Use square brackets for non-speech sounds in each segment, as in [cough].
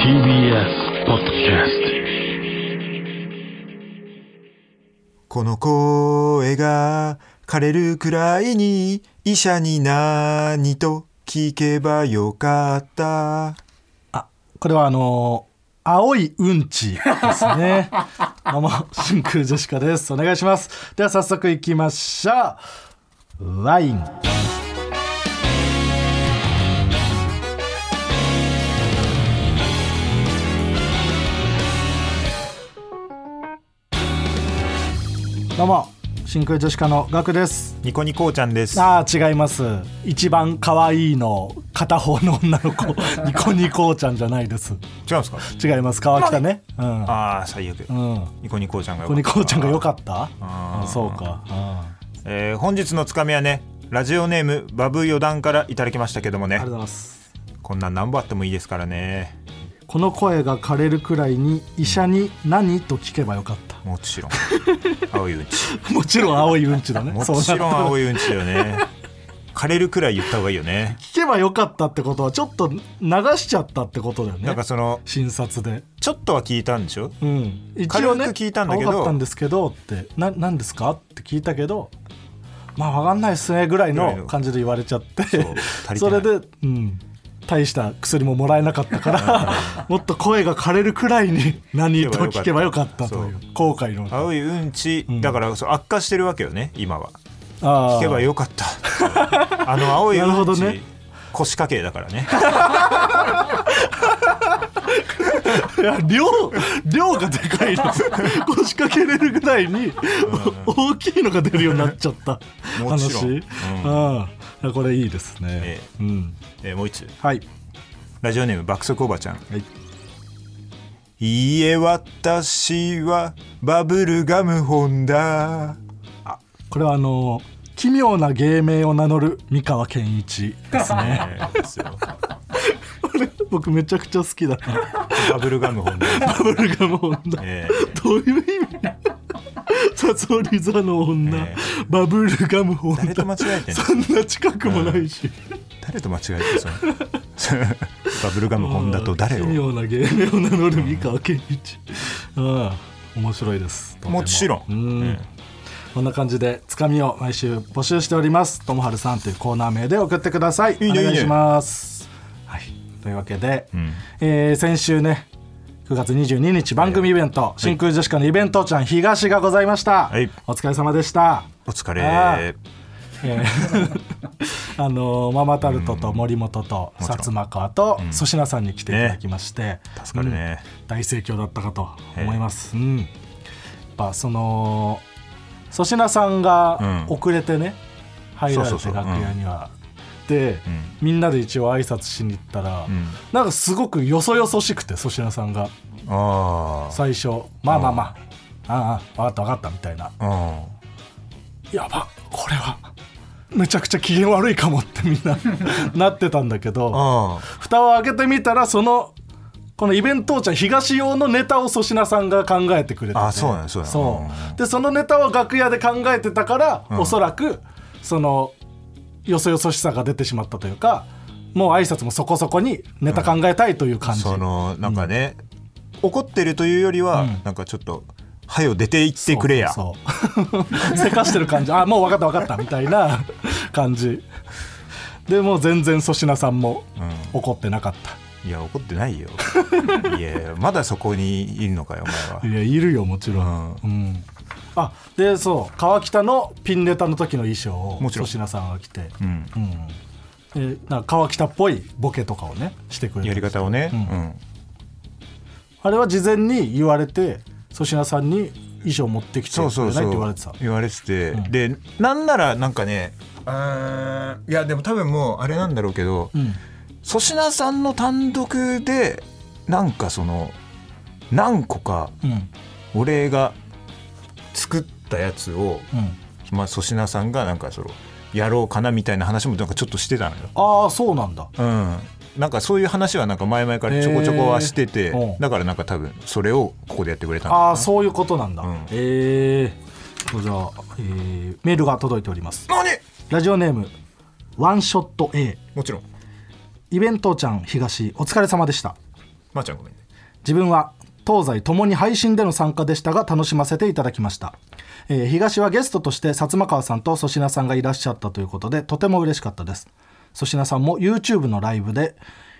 TBS ポッドキャスこの声が枯れるくらいに医者に何と聞けばよかった。あこれはあのー青いうんちですねどうも真空ジェシカですお願いしますでは早速いきましょうワインどうも真空ジェシカのガクですニコニコーちゃんです。ああ違います一番可愛いの片方の女の子ニコニコちゃんじゃないです違うんですか違います川北ねうんああ、最悪。うんニコニコーちゃんがよかここっにたこうちゃんが良かったあーあそうかあえー本日のつかみはね、ラジオネームバブ四段からいただきましたけどもりがねとうご、ざいますこんなん何本あってもいいですからね。この声が枯れるくらいに医者に何と聞けばよかっもちろん。青いうち。た [laughs] もちろん青いうんちだねもそうちろんな青いうんちだよね。枯れるくらい言った方がいいよね。聞けばよかったってことはちょっと流しちゃったってことだよなんねかその、診察でちょっとは聞いたんでしょうん一軽く聞いたんだけど青かったんですけどってな何ですかって聞いたけどまあ分かんないっすねぐらいの感じで言われちゃってそう足りてないそれで、うん、大した薬ももらえなかったから [laughs] もっと声が枯れるくらいに何と聞けばよかったという後悔の青いうんち、んだからそう悪化してるわけよね、今は。あ聞けばよよかった。 [laughs] あの青いなるうほんどち、ね腰掛けだから [laughs] ね。量量がで [laughs] かいな腰掛けれるぐらいに大きいのが出るようになっちゃったもちろん話、うん、これいいですね、えうん、えーもう一つ。はいラジオネーム爆速おばちゃん。はいいいえ、私はバブルガム本だ。これはあの奇妙な芸名を名乗る三河健一です [laughs] ねえーですよ僕めちゃくちゃ好きだなバブルガム本だ。バブルガム女えどういう意味サソリ座の女、えバブルガム女誰と間違えてんのそんな近くもないし、ー誰と間違えてるその [laughs] バブルガム本だと誰をうん奇妙な芸名を名乗る三河健一、ああ面白いですとてもちろんうんえこんな感じでつかみを毎週募集しておりますともはるさんというコーナー名で送ってくださいいいねお願いいいねしますはい、というわけで、んえー先週ね9月22日番組イベント、真空ジェシカのイベントちゃん東がございました、はいお疲れ様でしたお疲れあーえー [laughs] あのーママタルトと森本と薩摩川と粗品さんに来ていただきまして、助かるねうん大盛況だったかと思います、うん、やっぱその粗品さんがうん遅れてね、入られそうてそうそう楽屋にはで、うみんなで一応挨拶しに行ったんら、なんかすごくよそよそしくて粗品さんがあー最初「まあまあまあ、ああ分かった分かった」みたいなあやばこれはめちゃくちゃ機嫌悪いかもってみんな [laughs] なってたんだけーどあ蓋を開けてみたらそのこのイベントーちゃん東用のネタを粗品さんが考えてくれててあそうなんだそうなんだそうでそのネタは楽屋で考えてたから、おそらくそのよそよそしさが出てしまったというかもう挨拶もそこそこにネタ考えたいというー感じ、そのなんかね怒ってるというよりはんなんかちょっと「はよ出て行ってくれや」そう [laughs] そうせかしてる感じあもう分かった分かったみたいな感じでもう全然粗品さんもう怒ってなかった、いや怒ってないよ [laughs] いやまだそこにいるのかよお前いやいるよもちろん、はうんあでそう川北のピンネタの時の衣装をもちろん粗品さんが着て、うんうんでなんか川北っぽいボケとかをねしてくれてやり方をねあれは事前に言われて粗品さんに衣装持ってきてくそれうそうそないってう言われてた言われてて、でなんならなんかねうーんいやでも多分もうあれなんだろうけどうん粗品さんの単独でなんかその何個かうん俺が作ったやつを、うんまあ、粗品さんがなんかそのやろうかなみたいな話もなんかちょっとしてたのよ。ああそうなんだうん、なんかそういう話はなんか前々からちょこちょこはしてて、へーうんだからなんか多分それをここでやってくれたのかなああそういうことなんだ、うんええじゃあ、えーメールが届いております何ラジオネームワンショット A もちろんイベントちゃん東お疲れ様でしたまー、ちゃんごめんね自分は東西ともに配信での参加でしたが楽しませていただきました、えー東はゲストとして薩摩川さんと粗品さんがいらっしゃったということでとても嬉しかったです粗品さんも YouTube のライブで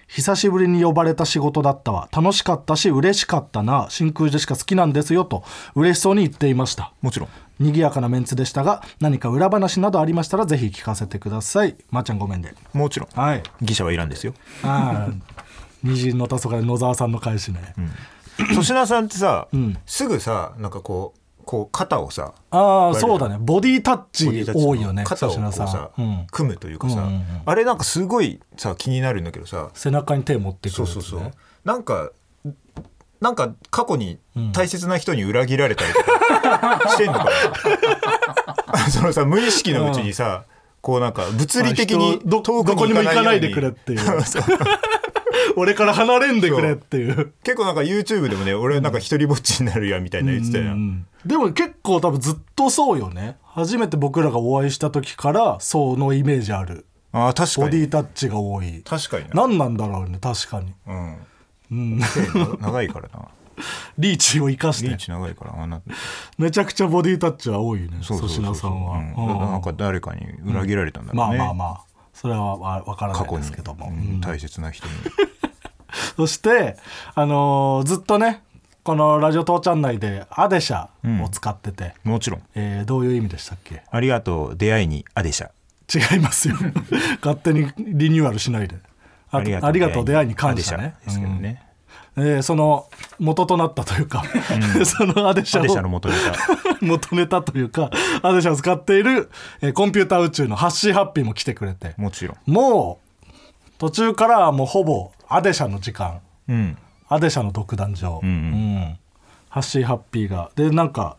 久しぶりに呼ばれた仕事だったわ楽しかったし嬉しかったな真空ジェシカ好きなんですよと嬉しそうに言っていましたもちろん賑やかなメンツでしたが何か裏話などありましたらぜひ聞かせてくださいまー、ちゃんごめんでもちろんはい技者はいらんですよ [coughs] あ [laughs] ー虹の黄昏野沢さんの返しね、粗品さんってさ、すぐさなんかこうこう肩をさああ割るそうだねボディタッチボディタッチの多いよね肩をこう粗品さ、うん、組むというかさ、うんうんうんあれなんかすごいさ気になるんだけどさ背中に手持ってくそるやうつね、そうそうなんかなんか過去に大切な人に裏切られたりとか [laughs] してんのかな [laughs] そのさ無意識のうちにさ、こうなんか物理的まあに人ど遠くどこににも行行かかなないいようにでくれってい [laughs] うそう [laughs] 俺から離れんでくれっていう結構なんか YouTube でもね俺なんか一人ぼっちになるやみたいな言ってたよ、うんでも結構多分ずっとそうよね初めて僕らがお会いした時からそのイメージあるああ確ボかデにィタッチが多い確かにな何なんだろうね確かにうんうん手長いからなリーチを生かしリーてチ長いからあんなめちゃくちゃボディタッチは多いねそうそ粗うそう品さんは、うんだからなんか誰かに裏切られたんだまろうあね、まあまあそれはわわからな過去いでにすけども、うん大切な人にそして、あのーずっとねこの「ラジオ父ちゃん」内で「アデシャ」を使ってて、もちろんえーどういう意味でしたっけありがとう出会いにあでしゃ違い [laughs] ますよ勝手にリニューアルしないであありがとう出会いに感謝ねあでしゃですけどね、うんえーその元となったというか、 [laughs] そのアデシあでしゃャのを元ネタ [laughs] 元ネタというかアデシャを使っている、えーコンピューター宇宙のハッシーハッピーも来てくれてもちろんもう途中からはもうほぼアデシャの時間うんアデシャの独壇場、んうんハッシーハッピーがでなんか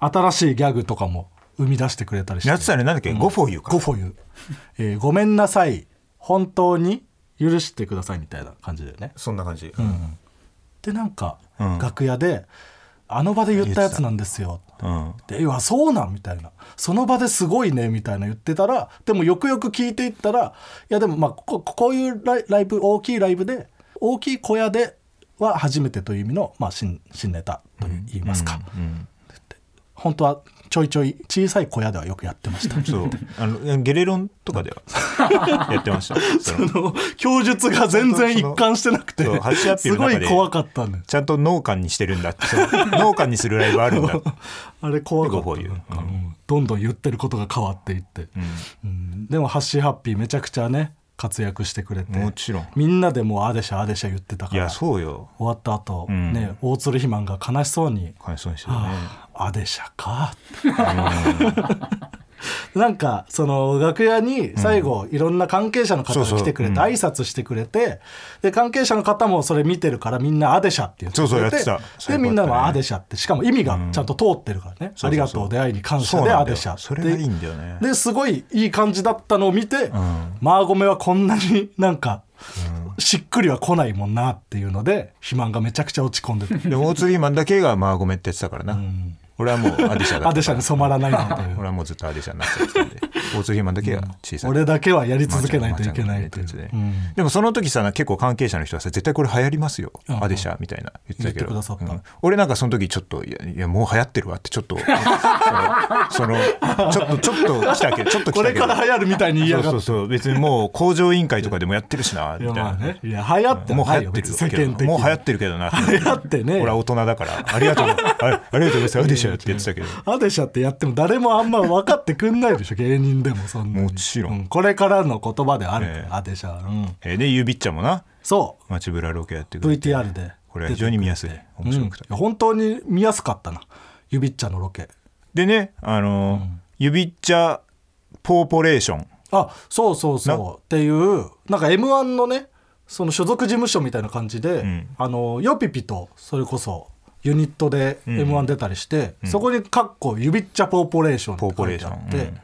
新しいギャグとかも生み出してくれたりしてやつさんねなんだっけ、ゴフォーユーかゴフォユ、えーごめんなさい本当に許してくださいみたいな感じだよねそんな感じ、でなんか、うん楽屋であの場で言ったやつなんですようんで「いやそうなん」みたいな「その場ですごいね」みたいな言ってたらでもよくよく聞いていったらいやでもまあこここういうライライブ大きいライブで大きい小屋では初めてという意味の、まあ、新新ネタと言いますか、うん本当はちょいちょい小さい小屋ではよくやってました [laughs] そうあのゲレロンとかで [laughs] はやってましたそのあの供述が全然一貫してなくてそうハッシュアッピーすのご中でい怖かったねちゃんと農家にしてるんだってその農家にするライブあるん [laughs] だあれ怖かったゴフォーユーなんかうんどんどん言ってることが変わっていって、うんでもハッシーハッピーめちゃくちゃね活躍してくれてもちろんみんなでもうあでしゃあでしゃ言ってたかいらやそうよ終わった後、んね大鶴肥満が悲しそうに感想にして「るねああでしゃか」って [laughs] なんかその楽屋に最後、いろんな関係者の方そうがそう来てくれてうん挨拶してくれてで関係者の方もそれ見てるからみんな「あでしゃ」って言ってくれてそうそうやってたそうでいうことねみんなも「あでしゃ」ってしかも意味がちゃんと通ってるからね「そうそうそうありがとう出会いに感謝」そうで「なんあだでよしゃ」ってそれがいいんだよねですごいいい感じだったのを見て、んマーゴメはこんなになんか、しっくりは来ないもんなっていうので肥満がめちゃくちゃ落ち込んでてでも大鶴ひマンだけがまあごめんって言ってたからな、俺はもうアデシャだったアデシャに染まらないなという俺はもうずっとアデシャになっちゃってたんで大鶴ひマンだけが小さい、俺だけはやり続けないといけないといまあちゃんとう、ねうんでもその時さ結構関係者の人はさ絶対これ流行りますよ、うんアデシャみたいな言ってたけ言ってどくださったうん俺なんかその時ちょっといやいやもう流行ってるわってちょっとそのそのちょっとちょっと来たけどちょっと来こたれけかどら流行るみたいに言いやそうがそうってそう別にもう工場委員会とかでもやってるしなみいたやいまなあねいや流行ってもう流な行いよってる別に世間け的にどもう流行ってるけどなって流行ってね俺は大人だからありがとう [laughs] あありがとうございますアデシャって言ってたけどアデシャってやっても誰もあんま分かってくんないでしょ芸人でもそんなにもちろんうこれからの言葉であるから、ええアデシャ、うん、えーでゆうびっちゃんもなそう街ぶらロケやってくれて VTR でこれは非常に見やすい面白くてうん本当に見やすかったなゆびっちゃんのロケでねあのーゆびっちゃポーポレーションあそうそうなそうっていうなんか m 1のねその所属事務所みたいな感じで、んあのヨピピとそれこそユニットで m 1出たりして、そこに「かっこゆびっちゃポーポレーション」って書いてあっポーポレーて、ションうん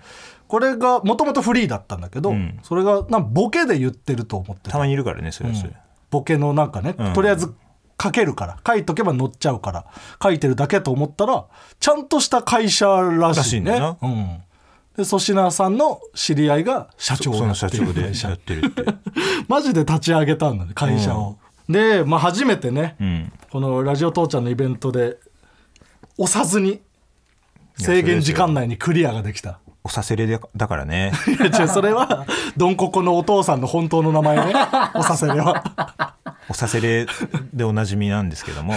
これがもともとフリーだったんだけど、んそれがなんかボケで言ってると思ってたたまにいるからねそれはそれ、ボケのなんかね、うんとりあえず書けるから書いとけば載っちゃうから書いてるだけと思ったらちゃんとした会社らしいらしいんだねようん、で粗品さんの知り合いが社長そをやのって社長でやる [laughs] ってるって。マジで立ち上げたんだね会社を、で、まあ、初めてね、んこの「ラジオ父ちゃん」のイベントで押さずに制限時間内にクリアができたおさせれでだからね。いや違うそれはドンココのお父さんの本当の名前ねおさせではおさせれでおなじみなんですけど [laughs] も、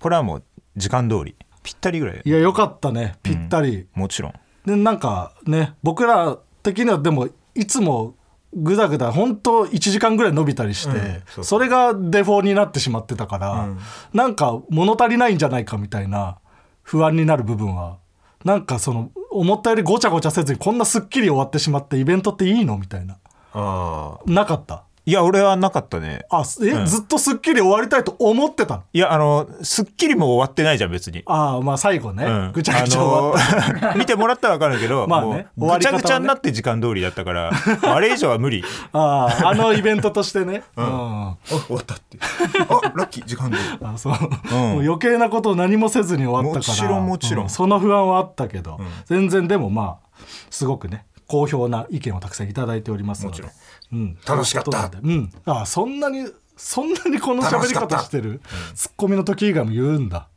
これはもう時間通り。ぴったりぐらいい。やよかったねぴったり、もちろん。でなんかね僕ら的にはでもいつもぐだぐだ本当1時間ぐらい伸びたりして、そうそれがデフォになってしまってたから、なんか物足りないんじゃないかみたいな不安になる部分はなんかその思ったよりごちゃごちゃせずにこんなすっきり終わってしまってイベントっていいのみたいなああ。なかったいや、俺はなかったね。あすえ、うんずっとすっきり終わりたいと思ってたのいや、あの、スッキリも終わってないじゃん、別に。ああまあ最後ね、うんぐちゃぐちゃ終わった、あのー見てもらったら分かるけど、まあね終もわうぐりち方ゃはねぐちゃになって時間通りだったから、あれ以上は無理。あああのイベントとして [laughs] ね、うんあ終わったってあラッキー時間であそう、んもう余計なことを何もせずに終わったかもちらろんもちろんうその不安はあったけど、全然でもまあすごくね好評な意見をたくさんいただいておりますのでもちろん、うん、楽しかったということなんでうん、あそんなにそんなにこの喋り方してる、ツッコミの時以外も言うんだ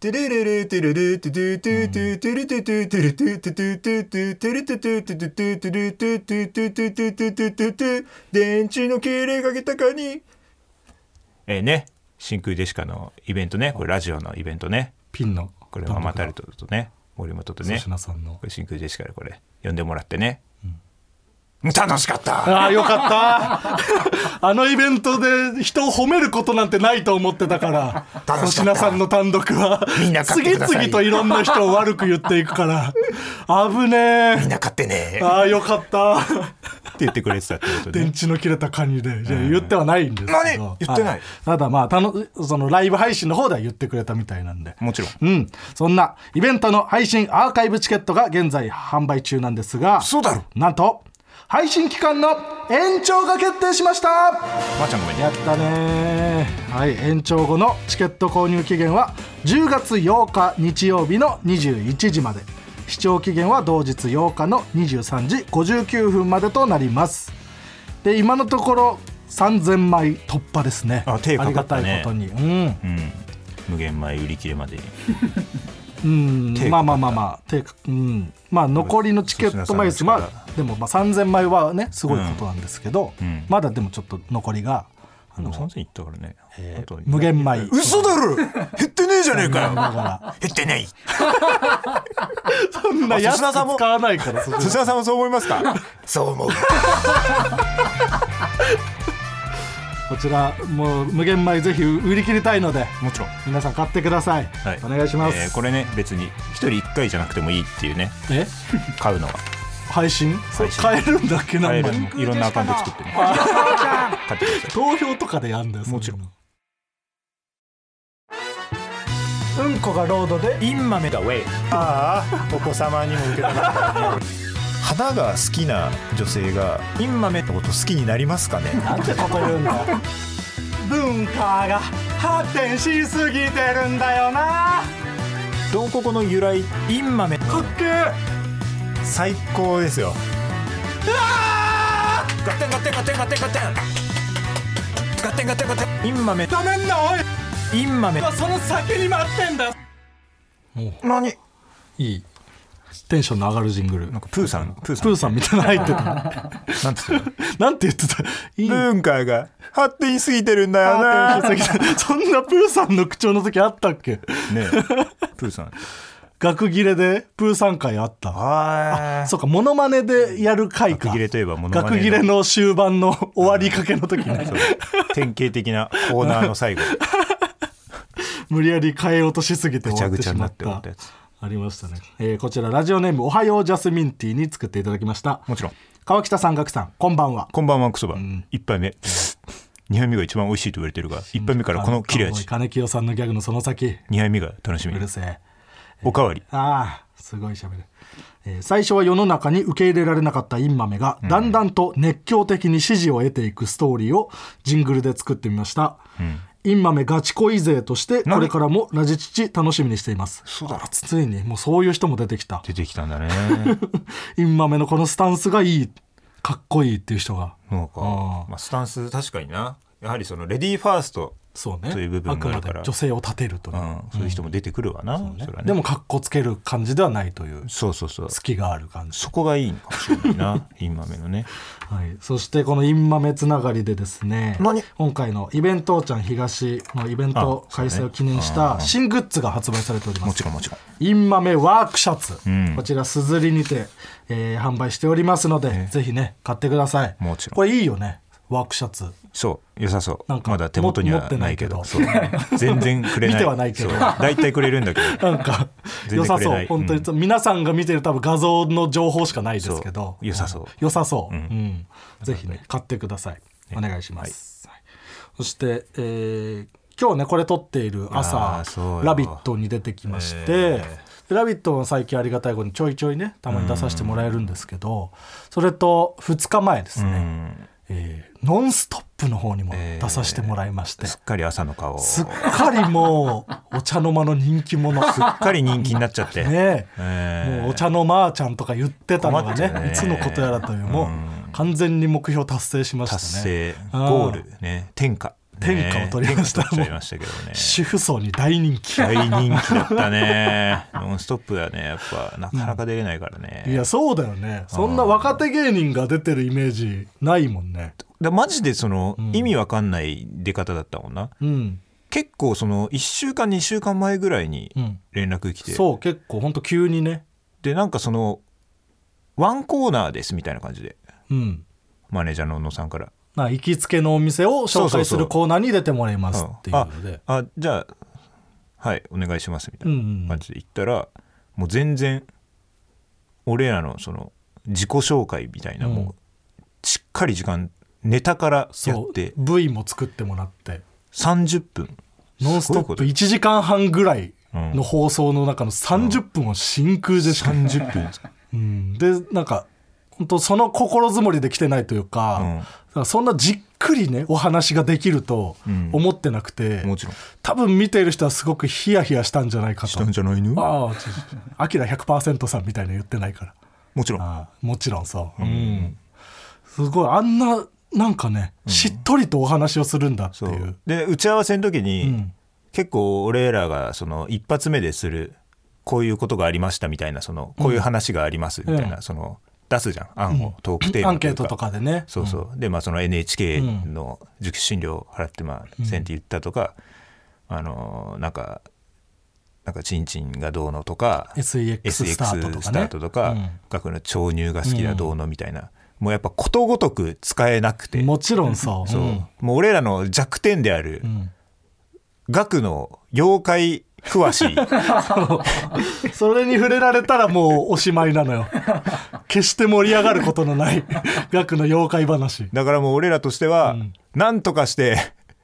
テレレレテレレテテテテテレテテテレテテテテテテレテテテテテテレテテテテテテテテテ電池の敬礼が豊かにえーね真空デシカのイベントねこれラジオのイベントねピンのこれママタルトとね森本と粗ね品さんのこれ真空ジェシカでこれ呼んでもらってね、楽しかったああよかったあのイベントで人を褒めることなんてないと思ってたから粗楽しかった品さんの単独はみんな買って次ください々といろんな人を悪く言っていくから危ねみんな買ってねえああよかったって言ってくれてたってこと電ね池の切れたカニでいや言ってはないんですけど何言ってないはただまあたのそのライブ配信の方では言ってくれたみたいなんでもちろんうんそんなイベントの配信アーカイブチケットが現在販売中なんですがそうだろなんと配信期間の延長が決定しましたまー、ちゃんごめんやねったねはい延長後のチケット購入期限は10月8日日曜日の21時まで視聴期限は同日8日の23時59分までとなりますで今のところ3000枚突破ですねあ手かかったねありがたいことにうんうん無限前売り切れまでにうん手かかったまあまあまあまあ手かうんまあ残りのチケット枚数粗品さんのまあでもまあ3000枚はねすごいことなんですけど、うんうんまだでもちょっと残りがあの3000いったからね、あと無限米嘘だろ減ってねえじゃねえ [laughs] かだからよ減って [laughs] ないそんな安く粗品さんも使わないからそれ土田さんもそう思いますかそう思う [laughs] こちらもう無限米ぜひ売り切りたいのでもちろん皆さん買ってください、はいお願いします、えーこれね別に一人一回じゃなくてもいいっていうねえ買うのは配信そう買えるんだっけ買え何枚るもいろんなアカウント作ってね買ってください投票とかでやんだよもちろんろんうんこがロードでインマメだウェイああお子様にも受けたな花が好きな女性がインマメのこと好きになりますかねなんてこと言うんだよ文化が発展しすぎてるんだよなどんここの由来インマメかっけー最高ですよガテンガテンガテンガテンガテンガテンガテンガテンインマメダメんなおいインマメその先に待ってんだ何いいテンションの上がるジングルなんかプーさんプーさプんーさんみたいなの入って [laughs] たなんて言ってたなんて言ってたいい文化が発展しすぎてるんだよあなーテンション下げたそんなプーさんの口調の時あったっけねえプーさん学切れでプーさん会あったあそうかモノマネでやる会か学切れといえばモノマネの学切れの終盤の終わりかけの時 [laughs] ね典型的なコーナーの [laughs] 最後無理やり変えようとしすぎて終わってしぐちゃぐちまっゃになって終わたったやつありましたね、えーこちらラジオネームおはようジャスミンティーに作っていただきましたもちろん川北さん岳さんこんばんはこんばんはクソバ、一杯目二杯目が一番美味しいと言われてるが一杯目からこの切れあおい味金清さんのギャグのその先二杯目が楽しみうるせえおかわりああすごい喋る、えー最初は世の中に受け入れられなかったインマメが、だんだんと熱狂的に支持を得ていくストーリーをジングルで作ってみました、インマメガチ恋勢として何これからもラジチチ楽しみにしています嘘だろあついにもうそういう人も出てきた出てきたんだね [laughs] インマメのこのスタンスがいいかっこいいっていう人がそうかあーまあ、スタンス確かになやはりそのレディーファースト、そうねという部分あくがあまるかでら女性を立てるというう、ん、そういう人も出てくるわな、それはねでもかっこつける感じではないというそうそうそう隙がある感じそこがいいのかもしれないな [laughs] インマメのねはい、そしてこのインマメつながりでですね何今回のイベントーちゃん東のイベント開催を記念しあそうたね新グッズが発売されておりまもすちろんもちろんインマメワークシャツ、うんこちらすずりにて、えー販売しておりますので、ぜひね買ってくださいもちろんこれいいよねワークシャツそう良さそうなんかまだ手元にも持はってなないいけけどどそう全然くれない [laughs] 見てはないけどそう大体くれるんだけど [laughs] なんか全良然さくれそなうい本当に、う皆さんが見てる多分画像の情報しかないですけそどう良さそうん良さそう、ううんんぜひね買ってください、お願いします、はいそして、えー今日ねこれ撮っている朝あーそうよ「ラビット!」に出てきましてえ「でラビット!」は最近ありがたいことにちょいちょいねたまに出させてもらえるんですけどそれと2日前ですうねん「えーノンストップ!」の方にも出させてもらいまして、すっかり朝の顔すすっっかりもうお茶の間の人気者かり人気になっちゃって、ねえーもうお茶のまーちゃんとか言ってたの困がっちゃうねねいつのことやらというもう完全に目標達成しましたね達成あーゴールね天下天下を取りましたね天下取っちゃいましたけどね主婦層に大人 [laughs] 気大人気だったねノンストップはねやっぱなかなか出れないからね、いやそうだよねそんな若手芸人が出てるイメージないもんねだマジでその、意味わかんない出方だったもんなうん結構その1週間2週間前ぐらいにうん連絡来て、そう結構ほんと急にねでなんかそのワンコーナーですみたいな感じでうんマネージャーの小野さんからな行きつけのお店を紹介するコーナーに出てもらいますっていうあのであじゃあはいお願いしますみたいうんうんな感じで行ったら、もう全然俺らのその自己紹介みたいな、うんもうしっかり時間ネタからやそっうて V も作ってもらって30分「ノンスすトッごいこプ!」と1時間半ぐらいうんの放送の中の30分を真空でしか30分 [laughs] うん、でなんか本当その心づもりで来てないというか,、うんだからそんなじっくりねお話ができるとうん思ってなくて、もちろん多分見ている人はすごくヒヤヒヤしたんじゃないかしとたんじゃないのもああちょアキラ100%さんみたいな言ってないからちろんああもちろんそう、うんすごいあんななんかね、しっとりとお話をするんだってそいううで打ち合わせの時に、うん結構俺らがその一発目でするこういうことがありましたみたいなそのこういう話がありますみたいな、うその出すじゃん案を、トークテーマアンケートとかでねそうそう、でまあその NHK の受給診料払ってまあ1000って言ったとか、あのーなんかなんかチンチンがどうのとか SEX スタートとかね SEX スタートとか、うん学の潮入が好きだどうのみたいな、もうやっぱことごとく使えなくてもちろんそうそう、うんもう俺らの弱点である、ん学の妖怪詳し [laughs] いそれに触れられたらもうおしまいなの [laughs] よ。決して盛り上がることのない [laughs] 額の妖怪話。だからもう俺らとしては、なんとかして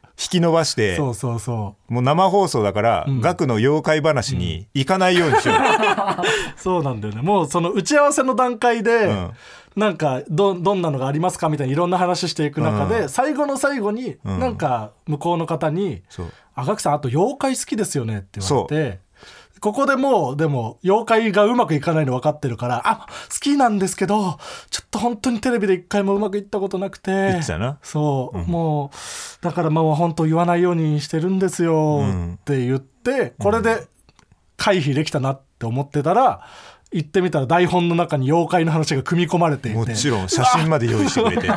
引き伸ばしてそうそうそもう生放送だから、学の妖怪話に行かないようにしよう、 [laughs] う。そうなんだよね。もうその打ち合わせの段階で、うんなんかどどんなのがありますかみたいないろんな話していく中で、う最後の最後に、うんなんか向こうの方にそう「あガクさんあと妖怪好きですよね」って言われてここでもうでも妖怪がうまくいかないの分かってるから「あ好きなんですけどちょっと本当にテレビで一回もうまくいったことなくて」言ってたなそう、もうだからまあ本当言わないようにしてるんですよんって言って、これで回避できたなって思ってたら行ってみたら台本の中に妖怪の話が組み込まれていてもちろん写真まで用意して [laughs] くれて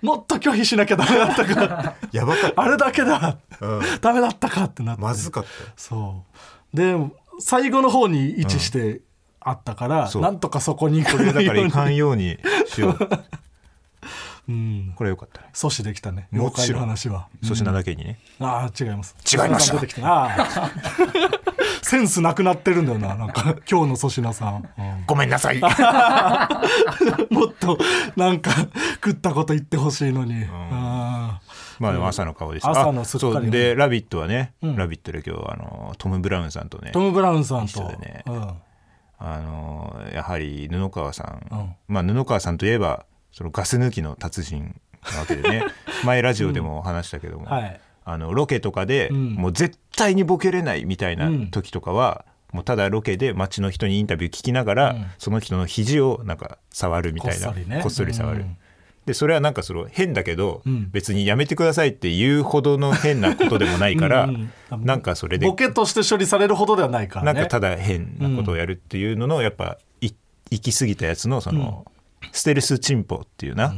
もっと拒否しなきゃダメだったかやばかったあれだけだ、うんダメだったかってなって、まずかったよそうで最後の方に位置してあったから、そうなんとかそこに来これれだるかよらう行にかんようにしよううん、これよかったね阻止できたねも妖ち怪のろん話は。粗品だけにね、ああ違います違いました粗品さん出てきたああ [laughs] センスなくなってるんだよななんか今日の粗品さん、ごめんな [laughs] さいうんもっとなんか食ったこと言ってほしいのに、あまあでも朝の顔でした朝のすっかりあそうねで「ラビット!」はね「ラビット!」で今日あのトム・ブラウンさんとねあトム・ブラウンさん一と、緒だねうんあのやはり布川さん、うんまあ、布川さんといえ [laughs] ばそのガス抜きの達人なわけでね前ラジオでも話したけども、はいあのロケとかで、んもう絶対にボケれないみたいなうん時とかは、もうただロケで街の人にインタビュー聞きながら、その人の肘をなんか触るみたいなこっそりね触る、うんでそれはなんかその変だけど、ん別にやめてくださいって言うほどの変なことでもないからうんうんなんかそれでボケとして処理されるほどではないからなんねかただ変なことをやるっていうのの、やっぱい行き過ぎたやつのその、ステルスチンポっていうな、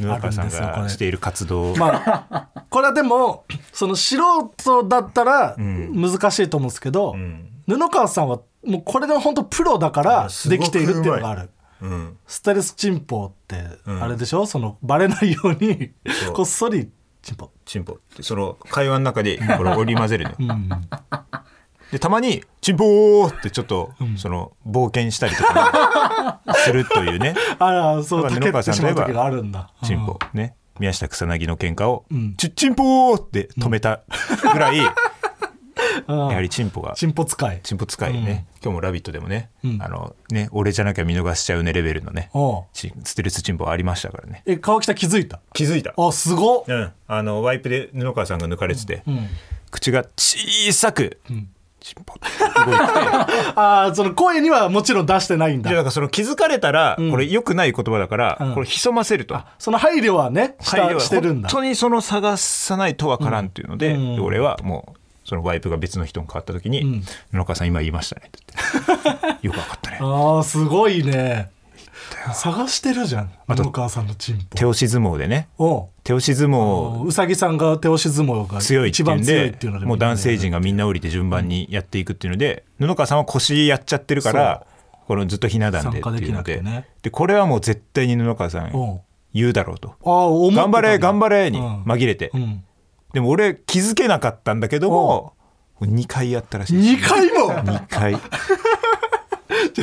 布川さんあるんですよこがれしている活動を、まあこれはでもその素人だったら難しいと思うんですけど、ん布川さんはもうこれで本当プロだからあすごでくきているっていうのがあうる。うんステルスチンポってんあれでしょ、そのバレないようにうこっそりチンポ、チンポってその会話の中でこれ織り交ぜるのよ、うん、でたまに「チンポー!」ってちょっと、その冒険したりとか [laughs] もするというねあらそうだからた布け川てさんしといまえうば時があるんだチンポ、ね宮下草薙の喧嘩をん「ちチンポー!」って止めたぐらい、やうんはりチンポがチンポ使いチンポ使いね、今日も「ラビット!」でもね,、うんあのね俺じゃなきゃ見逃しちゃうねレベルのねおうチンステルスチンポありましたからねえ川北気づいた気づいたあすごっうん、あのワイプで布川さんが抜かれてて、ん口が小さく、チンポって動いててあーその声にはもちろん出してないんでだだからその気づかれたら、これ良くない言葉だから、んこれ潜ませると。その配慮はねし配慮たはしてるんだ本当にその探さないとわからんっていうので、うんで俺はもうそのワイプが別の人に変わった時に「ん布川さん今言いましたね」って言って [laughs] よくわかったねあーすごいね探してるじゃんと布川さんのチンポ手押し相撲でねお手押し相う撲うさぎさんが手押し相撲が強いってい一うん番で強いっていうのでもう男性陣がみんな降りて順番にやっていくっていうので、布川さんは腰やっちゃってるからこのずっとひな壇でっていうので参加できなくてねでこれはもう絶対に布川さおうん言うだろうとあー思っ「て頑たんだ張れ頑張れ」にうん紛れて、うんでも俺気づけなかったんだけども2回やったらしい2回も2回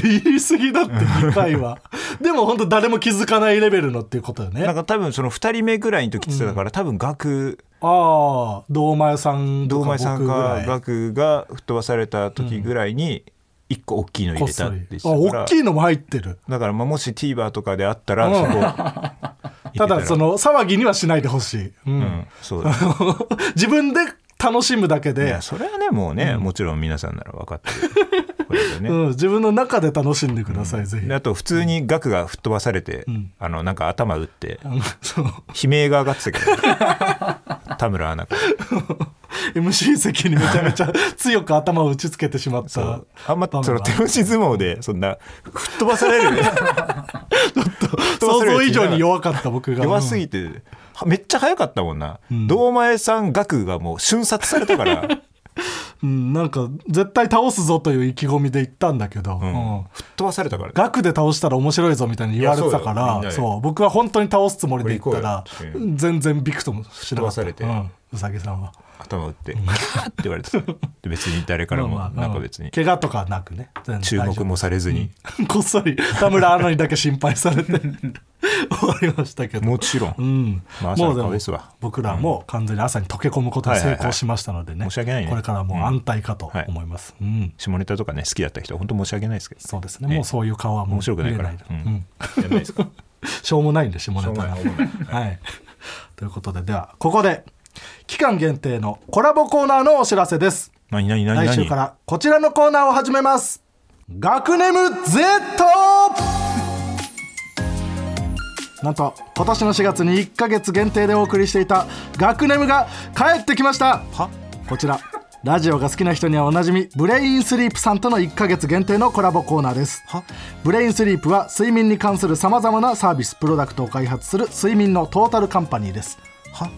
言い過ぎだって2回は [laughs] でも本当誰も気づかないレベルのっていうことよねなんか多分その2人目ぐらいの時って言ってたから、多分額ああ堂前さんと堂か僕前ぐらさいんが額が吹っ飛ばされた時ぐらいに1個大きいの入こっれたそってり言ってあたから大きいのも入ってるだからまあもし TVer とかであったらうんそこ入れただその騒ぎにはしないでほしい、ううんんそうだ [laughs] 自分で楽しむだけいでや、それはねもうね、もちろん皆さんなら分かってるこれでね、うん、自分の中で楽しんでください、ぜひであと普通に額が吹っ飛ばされて、んあのなんか頭打ってあのその悲鳴が上がってたけどね、 [laughs] 田村アナが MC 席にめちゃめちゃ強く頭を打ちつけてしまっそたうあんま田その村手押し相撲でそんな吹っ飛ばされる [laughs] 想像以上に弱かった僕が弱すぎて、はめっちゃ早かったもんな、堂前さん額がもう瞬殺されたから [laughs] うん、うんなんか絶対倒すぞという意気込みで行ったんだけど、んうん吹っ飛ばされたから額で倒したら面白いぞみたいに言われてたかいやそうよみんならでそう僕は本当に倒すつもりで行ったらこれ行こうよ全然びくともしなかった飛ばされてうんうさぎさんは頭打って「ガーって言われてたで別に誰からもまあまあなんか別に怪我とかなくね全然注大丈目夫もされずに、 [laughs] こっそり田村アナにだけ心配さ [laughs] れて終わりましたけどもちろん、うんまあ朝のもうで顔もですわ僕らも完全に朝に溶け込むことに成功しましたのではいはいねはい申し訳ないねこれからもう安泰かと思います、うん下ネタとかね好きだった人は本当申し訳ないですけどそうですねもうそういう顔はもう面白くないから見れうんやんない [laughs] ですかしょうもないんで下ネタしょうが。もないはい、ということでではここで期間限定のコラボコーナーのお知らせです。何何何何来週からこちらのコーナーを始めます。学ネム Z なんと今年の4月に1ヶ月限定でお送りしていた学ネムが帰ってきましたはこちらラジオが好きな人にはおなじみブレインスリープさんとの1ヶ月限定のコラボコーナーですはブレインスリープは睡眠に関するさまざまなサービスプロダクトを開発する睡眠のトータルカンパニーですは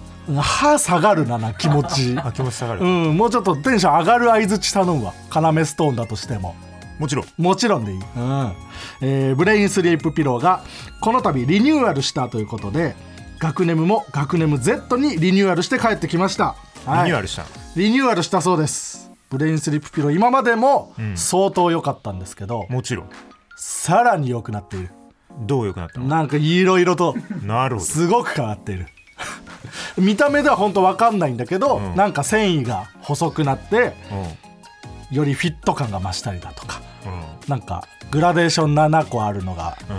歯下がるなな気持ちあ気持ち下がる、うんもうちょっとテンション上がる相づち頼むわ要ストーンだとしてももちろんもちろんでいい、うんえーブレインスリープピローがこの度リニューアルしたということで学ネムも学ネム Z にリニューアルして帰ってきました、はいリニューアルしたのリニューアルしたそうですブレインスリープピロー今までも相当良かったんですけど、もちろんさらに良くなっているどう良くなったのなんかいろいろとなるほすごく変わっている [laughs] 見た目では本当わかんないんだけど、んなんか繊維が細くなってど、うんよりフィット感が増したりだとかうんなんかグラデーション7個あるのがうん、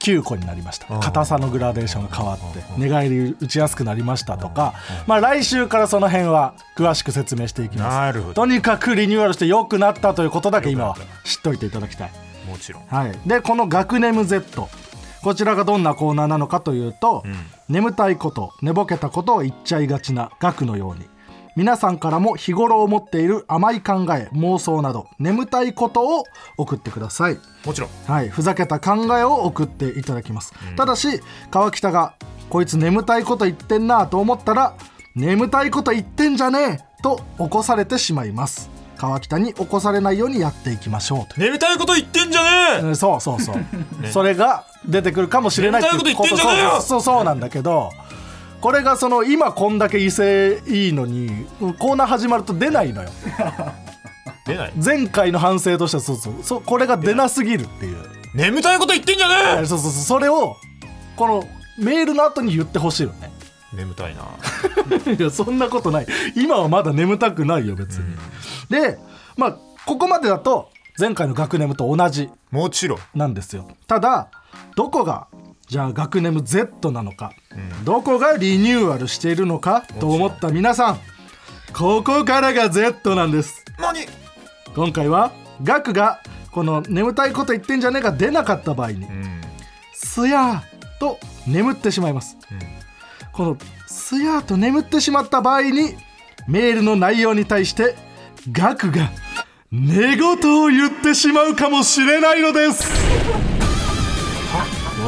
9個になりました硬さのグラデーションが変わって寝返り打ちやすくなりましたとか、まあ、来週からその辺は詳しく説明していきますなるほどとにかくリニューアルして良くなったということだけ今は知っておいていただきたいもちろんはい、でこの「学ネム Z」こちらがどんなコーナーなのかというと、眠たいこと寝ぼけたことを言っちゃいがちな学のように皆さんからも日頃思っている甘い考え妄想など眠たいことを送ってください、もちろんはい、ふざけた考えを送っていただきます、ただし川北が「こいつ眠たいこと言ってんな」と思ったら「眠たいこと言ってんじゃねえ!」と起こされてしまいます川北に起こされないようにやっていきましょうと眠たいこと言ってんじゃねうんそうそうそう、それが出てくるかもしれない眠たいこと言ってんじゃねえよそうそうそうなんだけどこれがその今こんだけ威勢いいのにコーナー始まると出ないのよえ出ない前回の反省としてはそうそうそうこれが出なすぎるっていう眠たいこと言ってんじゃそうねそうそうそれをこのメールの後に言ってほしいよ [laughs] ねえ眠たい [laughs] ないやそんなことない今はまだ眠たくないよ別に、でまあここまでだと前回の学年と同じもちろんなんですよただどこがじゃあ学ネム Z なのか、どこがリニューアルしているのかと思った皆さんここからが Z なんです何今回は学がこの「眠たいこと言ってんじゃねえ」が出なかった場合にうん「すやー」と眠ってしまいます、この「すやー」と眠ってしまった場合にメールの内容に対して学が寝言を言ってしまうかもしれないのです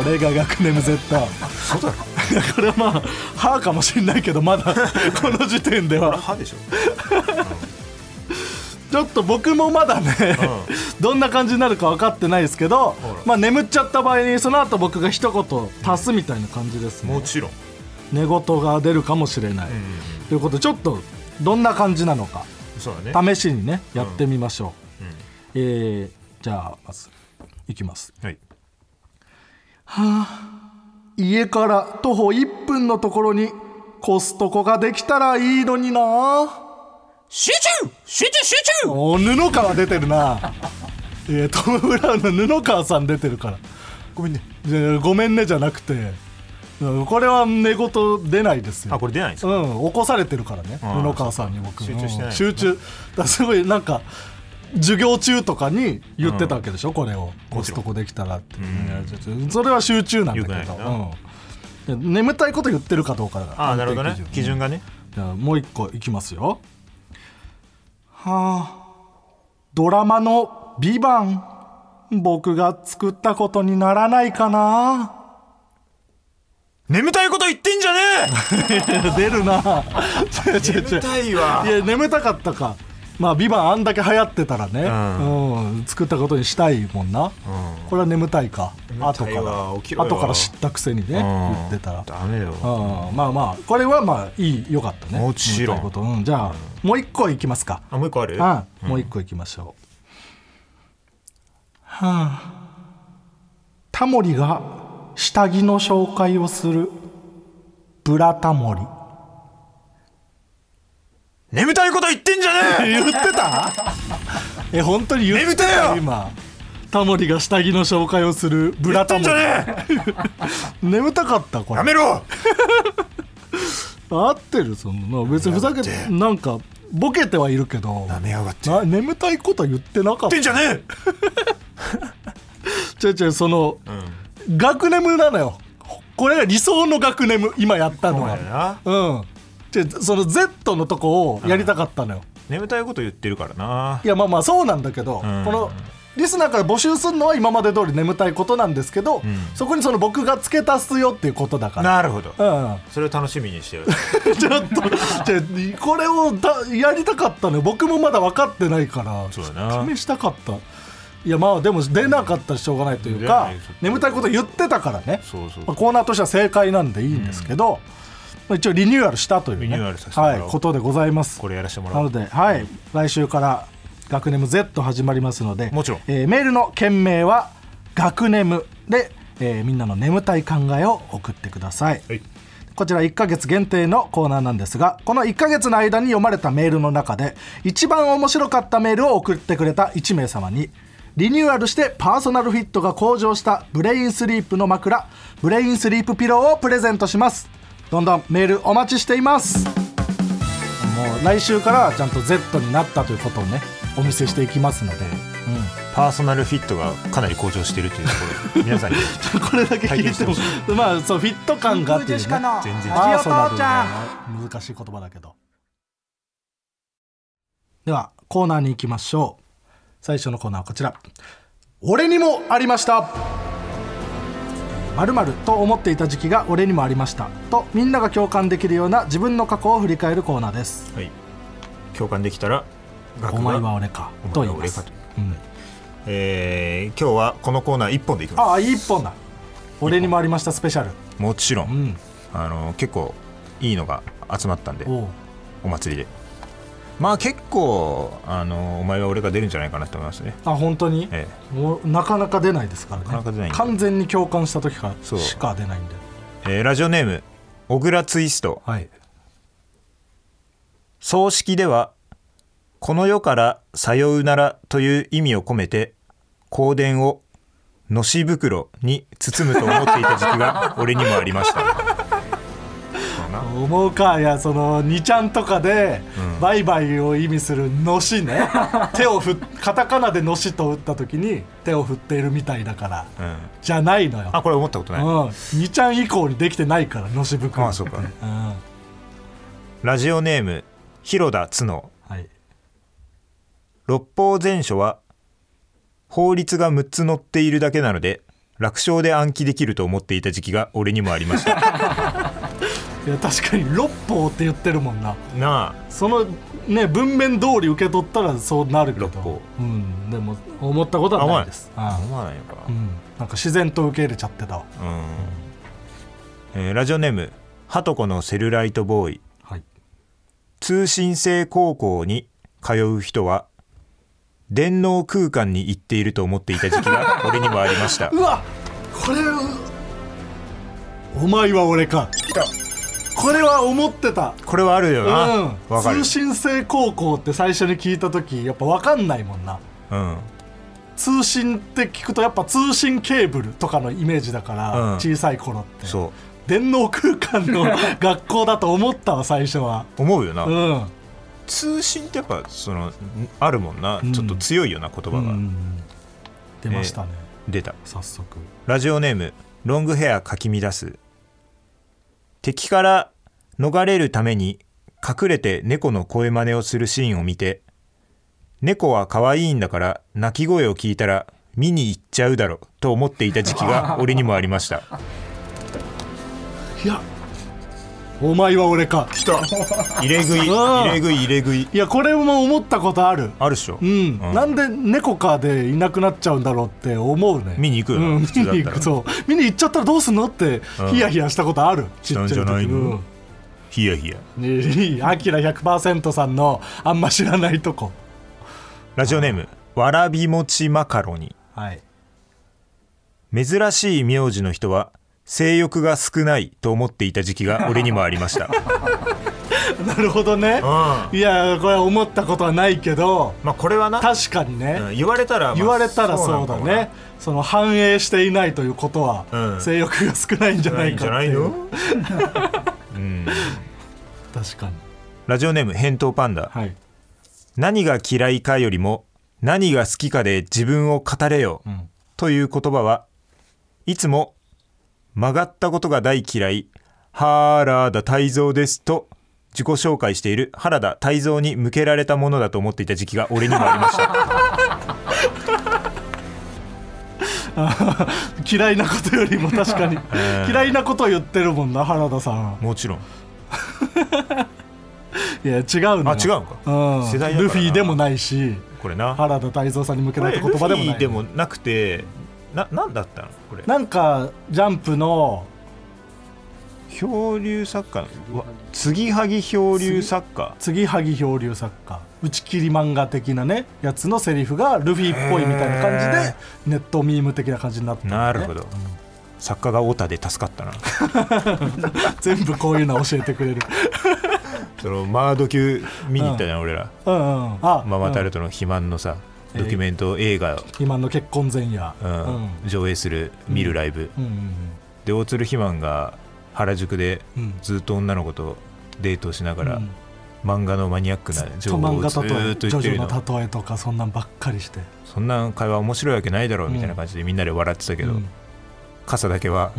これが学ネム Z そうだろこれはまあ歯かもしれないけどまだこの時点では歯でしょちょっと僕もまだね、どんな感じになるか分かってないですけど、まあ、眠っちゃった場合にその後僕が一言足すみたいな感じですねもちろん寝言が出るかもしれない、ということでちょっとどんな感じなのかそうだね試しにねやってみましょう、えーじゃあまずいきますはい家から徒歩1分のところにコストコができたらいいのにな集中集中集中お布川出てるな [laughs] えートム・ブラウンの布川さん出てるからごめんねじゃあごめんねじゃなくてうんこれは寝言出ないですよあこれ出ないんですかうん、起こされてるからねあー布川さんに僕そうか集中してないうん集中だからすごいなんか授業中とかに言ってたわけでしょ、これをコもちスろんトコできたらって、いやちょっとそれは集中なんだけよくどないなうんで眠たいこと言ってるかどうかだからああなるほどね判定基準がねじゃあもう一個いきますよはあドラマの「ビバン僕が作ったことにならないかな [laughs] 眠たいこと言ってんじゃね出るな [laughs] 違う違え眠う違うたいわいや眠たかったかまあ「ビバンあんだけ流行ってたらね、うん作ったことにしたいもんな、これは眠たいか眠たいわ起きろ後からよ後から知ったくせにね、言ってたら、ダメようんまあまあこれはまあいいよかったねもちろん眠たいこと、うんじゃあ、もう一個いきますかあもう一個あるあもう一個いきましょう、はあタモリが下着の紹介をするブラタモリ眠たいこと言ってんじゃね言ってたえ本当に言って眠たたよ今タモリが下着の紹介をするブラタモリ言ってんじゃね眠たかったえこやめれろ合ってるそんな別にふざけてなんかボケてはいるけど舐めやがってな眠たいことは言ってな言かっってんじゃねた違う違うその、学ネムなのよこれが理想の学ネム今やったのえはなうん違うその Z のとこをやりたかったのよ、眠たいこと言ってるからないやまあまあそうなんだけど、んこのリスナーから募集するのは今まで通り眠たいことなんですけど、そこにその僕が付け足すよっていうことだから。なるほどうん、それを楽しみにしてる [laughs] ちょっとじゃあこれをだやりたかったのよ僕もまだ分かってないからそうだな試したかったいやまあでも出なかったらしょうがないという出かない眠たいこと言ってたからねそうそうまあコーナーとしては正解なんでいいんですけど、まあ一応リニューアルしたという、ね、リニューアルさせてもらおうはい、ことでございますこれやらせてもらなおのうで、はい、来週から学ネム Z 始まりますので、もちろんえーメールの件名は学ネムで、えーみんなの眠たい考えを送ってください。はいこちら1ヶ月限定のコーナーなんですがこの1ヶ月の間に読まれたメールの中で一番面白かったメールを送ってくれた1名様にリニューアルしてパーソナルフィットが向上したブレインスリープの枕ブレインスリープピローをプレゼントしますどんどんメールお待ちしていますもう来週からはちゃんと Z になったということをねお見せしていきますので、パーソナルフィットがかなり向上しているというとこ [laughs] ろ皆さんにうん、これだけ聞いても体験してまあそうフィット感がっていうね全然パーソナルな難しい言葉だけどではコーナーに行きましょう最初のコーナーはこちら俺にもありましたまると思っていた時期が俺にもありましたとみんなが共感できるような自分の過去を振り返るコーナーですはい、共感できたら額お前は俺かお前はと言います俺かうんえー今日はこのコーナー1本でいきますああいい一本だ俺にもありましたスペシャルもちろん、うんあの結構いいのが集まったんでおうお祭りでまあ結構あのお前は俺が出るんじゃないかなと思いますねあ本当に、えおなかなか出ないですからねなかなか出ない完全に共感した時からそうしか出ないんでええーラジオネーム小倉ツイストはい葬式ではこの世からさようならという意味を込めて香典をのし袋に包むと思っていた時期 [laughs] が俺にもありましたそうな思うかいやその2ちゃんとかで、バイバイを意味する「のしね」 [laughs] 手を振っカタカナで「のし」と打った時に手を振っているみたいだから、うんじゃないのよあこれ思ったことない、うん、2ちゃん以降にできてないからのし袋ああそうかうんラジオネーム広田角はい、六法全書は法律が6つ載っているだけなので楽勝で暗記できると思っていた時期が俺にもありました [laughs] いや確かに「六法」って言ってるもんななあそのね文面通り受け取ったらそうなるけど六法うん、でも思ったことはないですああ思わないのかなあ、うん、なんか自然と受け入れちゃってたわうんえーラジオネームはとこのセルライトボーイはい通信制高校に通う人は電脳空間に行っていると思っていた時期が俺にもありま [laughs] したうわこれうお前は俺かこれは思ってたこれはあるよなわ、うん、かる通、信制高校って最初に聞いた時やっぱ分かんないもんなうん、通信って聞くとやっぱ通信ケーブルとかのイメージだから、うん小さい頃ってそ電脳空間の学校だと思ったわ最初はう思うよな、うん通信ってやっぱそのんあるもんな、うんちょっと強いよな言葉が、うん出ましたね、出た早速ラジオネームロングヘアかき乱す敵から逃れるために隠れて猫の声真似をするシーンを見て猫は可愛いんだから鳴き声を聞いたら見に行っちゃうだろうと思っていた時期 [laughs] が俺にもありましたいやお前は俺か来た入れ食いうん入れ食い入れ食いいやこれも思ったことあるあるっしょ、うん、うんなんで猫かでいなくなっちゃうんだろうって思うね見に行くよなうん、見普通だったらに行くそう見に行っちゃったらどうすんのってうんヒヤヒヤしたことある、ちっちゃいし時たんじゃないのうんヒヤヒヤいいアキラ100%さんのあんま知らないとこラジオネームわらび餅マカロニはい珍しい名字の人は性欲が少ないと思っていた時期が俺にもありま [laughs] した、なるほどねまいやこれ思ったことはないけどあこれはな確かにね、うん言われたら、まあ言われたらそうだなのかもなねその反映していないということは、うん性欲が少ないんじゃないかっていううん確かにラジオネーム返答パンダ、はい何が嫌いかよりも何が好きかで自分を語れよ、んという言葉はいつも曲がったことが大嫌い原田泰造ですと自己紹介している原田泰造に向けられたものだと思っていた時期が俺にもありました嫌いなことよりも確かに [laughs] えー嫌いなことを言ってるもんな原田さん [laughs] もちろんいや違うのあ違うよのかうん世代だからなルフィでもないしこれな原田泰造さんに向けこられれルたフ言葉でもなィいでもなくてな何だったのこれなんかジャンプの漂流作家うわ継ぎはぎ漂流作家継ぎはぎ漂流作家打ち切り漫画的なねやつのセリフがルフィっぽいみたいな感じへでネットミーム的な感じになってなるほど、作家がオタで助かった [laughs] な全部こういうのは教えてくれるそのマード級見に行ったじゃん、俺らうんうんあママタるルトの肥満のさ、ドキュメント映画、今の結婚前夜、ううんん上映する見るライブ、うんうんで大鶴ひまんが原宿でうんずっと女の子とデートしながら、うん漫画のマニアックな情報漫を画ずとーっジとョ言ってジるョのの例えとかそんなんばっかりして、そんな会話面白いわけないだろうみたいな感じでみんなで笑ってたけうんど、うん傘だけは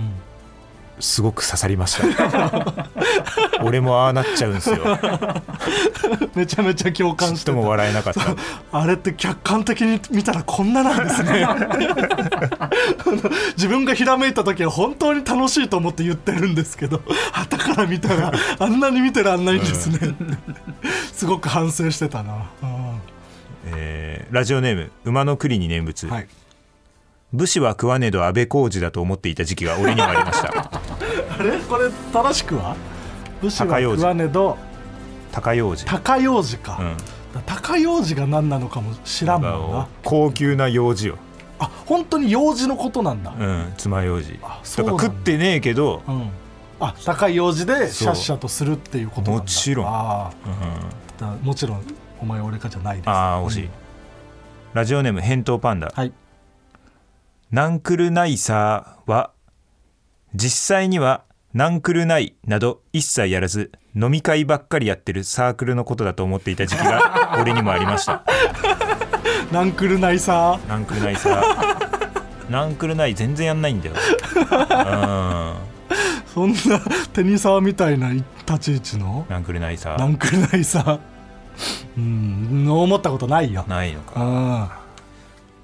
すごく刺さりました、 [laughs] 俺もああなっちゃうんすよめちゃめちゃ共ち感っしてたとも笑えなかったあれって客観的に見たらこんななんですね [laughs] あの自分がひらめいた時は本当に楽しいと思って言ってるんですけど旗から見たらあんなに見てらんないんですね、すごく反省してたな、うえーラジオネーム馬の栗に念仏、んはい、武士は食わねど安倍浩二だと思っていた時期が俺にもありました [laughs] あれこれ正しくは武士は食わねど高楊枝高楊枝か、うん高楊枝が何なのかも知らんもんな高級な楊枝よ、あ本当に楊枝のことなんだ、うん、爪楊枝だあかそうらなんだ食ってねえけど、うんあ高い用事でシャッシャとするっていうことなんだもちろんあうん、あーだもちろんお前俺かじゃないですあー惜しい、うんラジオネーム返答パンダ、はいナンクルナイサーは実際にはナンクルナイなど一切やらず飲み会ばっかりやってるサークルのことだと思っていた時期 [laughs] が俺にもありましたナンクルナイサナンクルナイサーナンクルナイ全然やんないんだようんーそんなテニサーみたいな立ち位置のナンクルナイサナーンクルナイサーうん思ったことないよないのうかん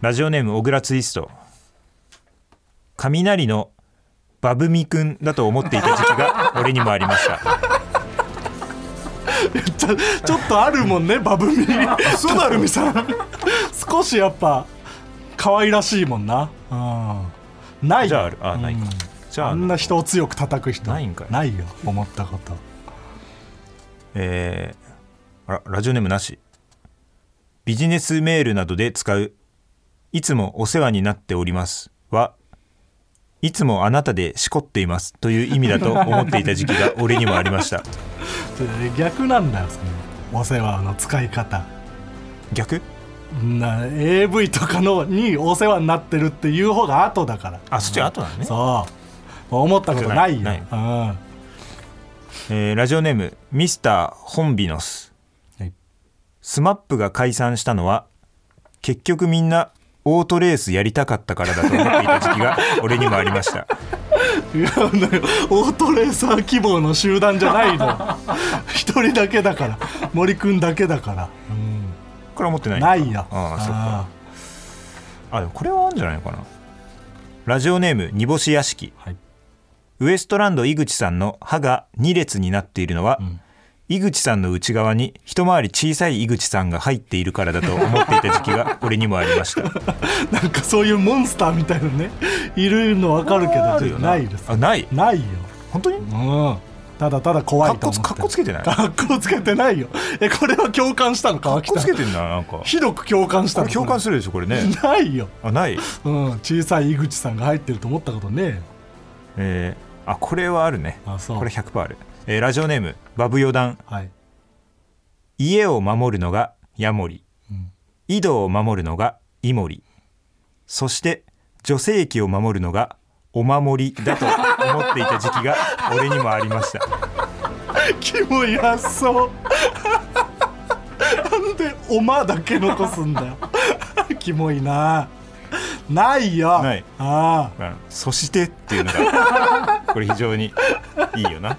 ラジオネーム小倉ツイスト雷のバブミくんだと思っていた時期が俺にもありましたちょちょっとあるも [laughs] んねバブミそうだるみさん [laughs] 少しやっぱ可愛らしいもんなうんないよじゃああるあないかうんじゃああんな人を強く叩く人ないんかいないよ思ったことえーあらラジオネームなしビジネスメールなどで使う「いつもお世話になっております」は「いつもあなたでしこっています」という意味だと思っていた時期が俺にもありましたで逆なんだよそのお世話の使い方逆な AV とかのにお世話になってるっていう方が後だからあそっちは後なのね、そう思ったことないよないうんはえーラジオネームミスターホンビノスいスマップが解散したのは結局みんなオートレースやりたかったからだと思っていた時期が俺にもありましたいやあのオートレーサー希望の集団じゃない [laughs] の一人だけだから森君だけだから、これは持ってないのかないよああそっかああでもこれはあるんじゃないのかなラジオネーム煮干し屋敷ーはいウエストランド井口さんの歯が2列になっているのは、井口さんの内側に一回り小さい井口さんが入っているからだと思っていた時期が俺にもありましたなんかそういうモンスターみたいなねいるの分かるけあどないですあないないよ本当にうんただただ怖かいっとこ思ってつかっこつけてないかかっこつけてないよえこれは共感したの川っこ北つけてんだなんかひどく共感したこのれ共感するでしょこれねこれないよ、あないうん、小さい井口さんが入ってると思ったことねえよえーあこれはあるねあそうこれ100%ある、えーラジオネームバブヨダンはい家を守るのがヤモリ、井戸を守るのがイモリそして女性器を守るのがお守りだと思っていた時期が俺にもありましたキモい発 [laughs] 想なんでおまだけ残すんだよキモいなないよないああのそしてっていうのがこれ非常にいいよな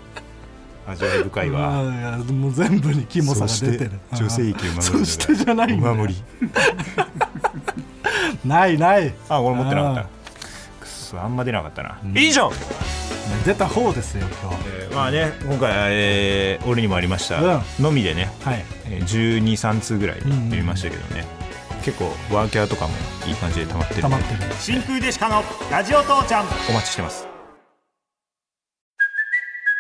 味わい深あいわうんいやもう全部にキモさそがして出てる女性器を守るのがそしてじゃないんだよお守りないないあ俺持ってなかっあたくそあんま出なかったな、以上、出た方ですよ今えーまあね今回、えー俺にもありました、のみでね日はいえー12、3通ぐらい読みましたけどね、結構ワーキャーとかもいい感じで溜まってる溜んでまってる真空デシカのラジオ父ちゃんお待ちしてます。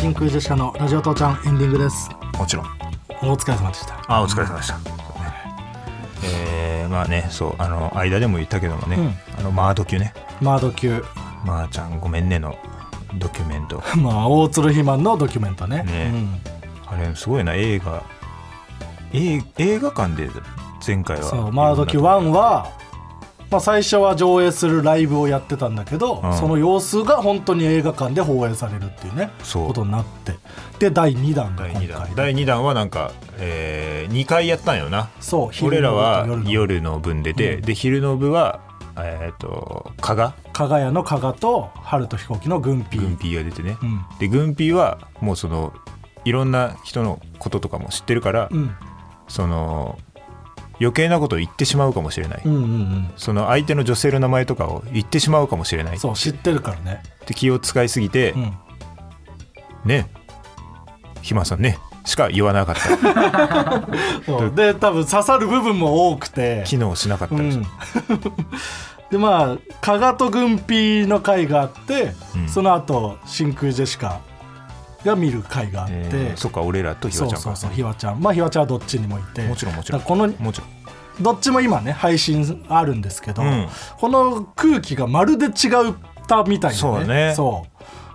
真空ジェシカのラジオ父ちゃんエンディングですもちろんお疲れ様でしたあお疲れ様でした、えーまあねそうあの間でも言ったけどもね、あのマードキュねマード級 [laughs] まあちゃんごめんねのドキュメントまあ大鶴肥満のドキュメントねねあれすごいな映画映映画館で前回はうん、そうマード級1は、まあ、最初は上映するライブをやってたんだけど、うんその様子が本当に映画館で放映されるっていうねそうことになってで第2弾が第今2回弾第2弾はなんか、え2回やったんよなそう俺らは昼の部と夜の夜の分出て、で昼の部はえっ、と加賀加賀屋の加賀と春と飛行機の軍備軍ピーが出てね、うんで軍ピーはもうそのいろんな人のこととかも知ってるから、うんその余計なことを言ってしまうかもしれない、うんうんうんその相手の女性の名前とかを言ってしまうかもしれないそう知ってるからね、で気を使いすぎて、うん、ねひまさんねしか言わなかった [laughs] そうで多分刺さる部分も多くて機能しなかったうらしい、ん、でまあ加賀と軍ピーの会があって、うんその後真空ジェシカが見る会があって、えーそっか俺らとひそわうちゃんそかうそうひわちゃんまあひわちゃんはどっちにもいてもちろんもちろんだからこのもちろんどっちも今ね配信あるんですけど、うんこの空気がまるで違ったみたいなねそうねそ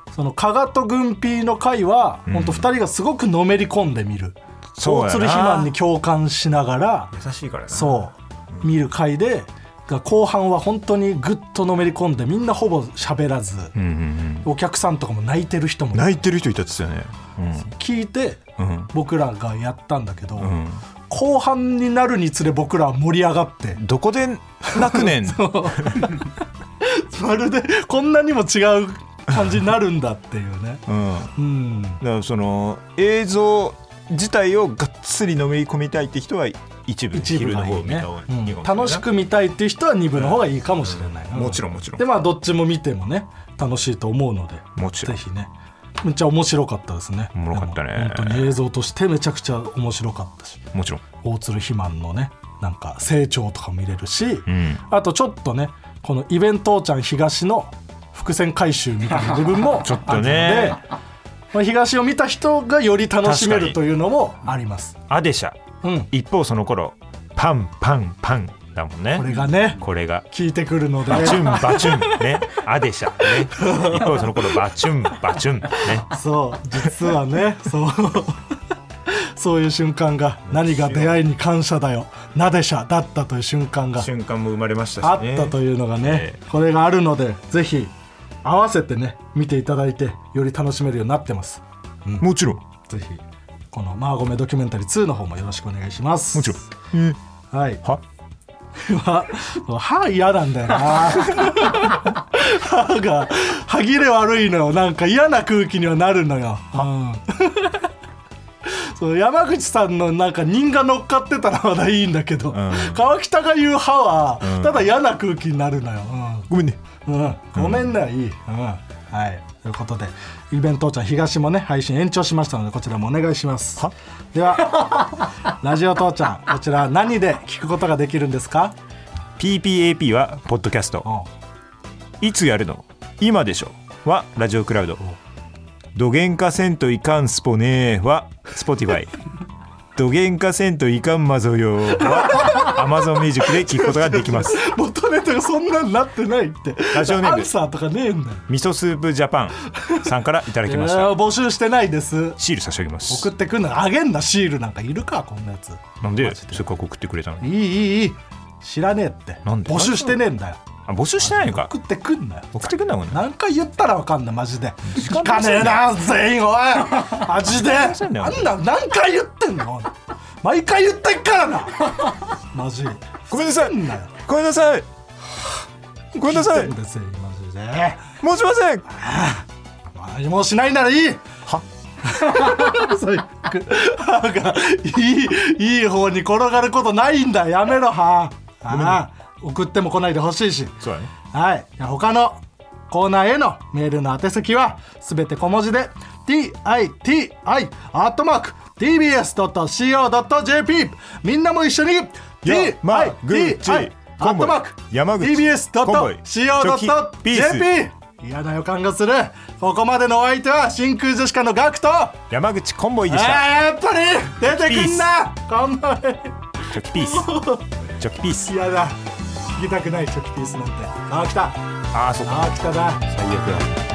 うその加賀と軍ピーの会は、ほん、本当2人がすごくのめり込んで見るそうやな大鶴肥満に共感しながら優しいからなそう見る回でが後半は本当にぐっとのめり込んでみんなほぼ喋らず、うんうんうんお客さんとかも泣いてる人も泣いてる人いたっつってたよね聞いてうんうん僕らがやったんだけど、ん後半になるにつれ僕らは盛り上がってどこで泣く [laughs] ねんまるでこんなにも違う感じになるんだっていうね。うんうんだからその映像自体をがっつりのめり込みたいって人は一部一部昼のがい方い見たね方が、いういんかもれないな楽しく見たいっていう人は2部の方がいいかもしれない、もちろんもちろんでまあどっちも見てもね楽しいと思うのでもちろんぜひねめっちゃ面白かったですねおもろかったねでも本当に映像としてめちゃくちゃ面白かったしもちろん大鶴肥満のねなんか成長とか見れるし、んあとちょっとねこのイベントーちゃん東の伏線回収みたいな部分も [laughs] ちょっとねあるのでまあ東を見た人がより楽しめ確かるにというのもありますアデシャうん一方その頃パンパンパンだもんねこれがねこれが聞いてくるのでバチュンバチュン [laughs] ねアデシャね一方その頃バチュンバチュンねそう実はねそうそういう瞬間が何が出会いに感謝だよなでしゃだったという瞬間 [laughs] が瞬間も生まれましたあったというのがねえこれがあるのでぜひ合わせてね見ていただいてより楽しめるようになってますもちろんぜひこの「マーゴメドキュメンタリー2」の方もよろしくお願いしますもちろんはいはは歯嫌なんだよな歯が歯切れ悪いのよなんか嫌な空気にはなるのよ、うん、そう山口さんのなんか人が乗っかってたらまだいいんだけど、川北が言う歯はただ嫌な空気になるのよ、うんごめんねうん、ごめんな、いい、うん、はいということでイベントーちゃん東もね配信延長しましたのでこちらもお願いしますではラジオ父ちゃんこちら何で聞くことができるんですか PPAP はポッドキャスうトんいつやるの今でしょはラジオクラウドどげんかせんといかんスポねーは [laughs] Spotify どげんかせんといかんまぞよーは Amazon ミュージックで聞くことができます元ネタがそんなんなってないってラジオネームアンサーとかねえんだよ味噌スープジャパンさんからいただきましいやた募集してないですシール差し上げます送ってくんのあげんなシールなんかいるかこんなやつなんでせっかく送ってくれたのいにいいいいい知らねえってなんで募集してねえんだよあ募集してないのか送ってくんなよ送ってくんだもんね何回言ったらわかんないマジで聞かねえな全員おいマジでせんだよなんなん何回言ってんのおい毎回言ってっからなマジごめんなさいふざけんなよごめんなさいごめんなさい聞てんだよ全員マジでもしません何もしないならいいは [laughs] そういう歯がいいいい方に転がることないんだやめろ歯ああ送っても来ないでほしいしそうだねはいじゃあ他のコーナーへのメールの宛先はすべて小文字で TITI アットマーク tbs.co.jp みんなも一緒に山口 TIDI アットマーク山口コンボイチョキピー tbs.co.jp 嫌な予感がするここまでのお相手は真空ジェシカのガクトあ山口コンボイでーしたやっぱり出てくんなこんばんはチョキピースチョキピース嫌だ聞きたくないチョキピースなんて川北啊ああそっか川北だ最悪だ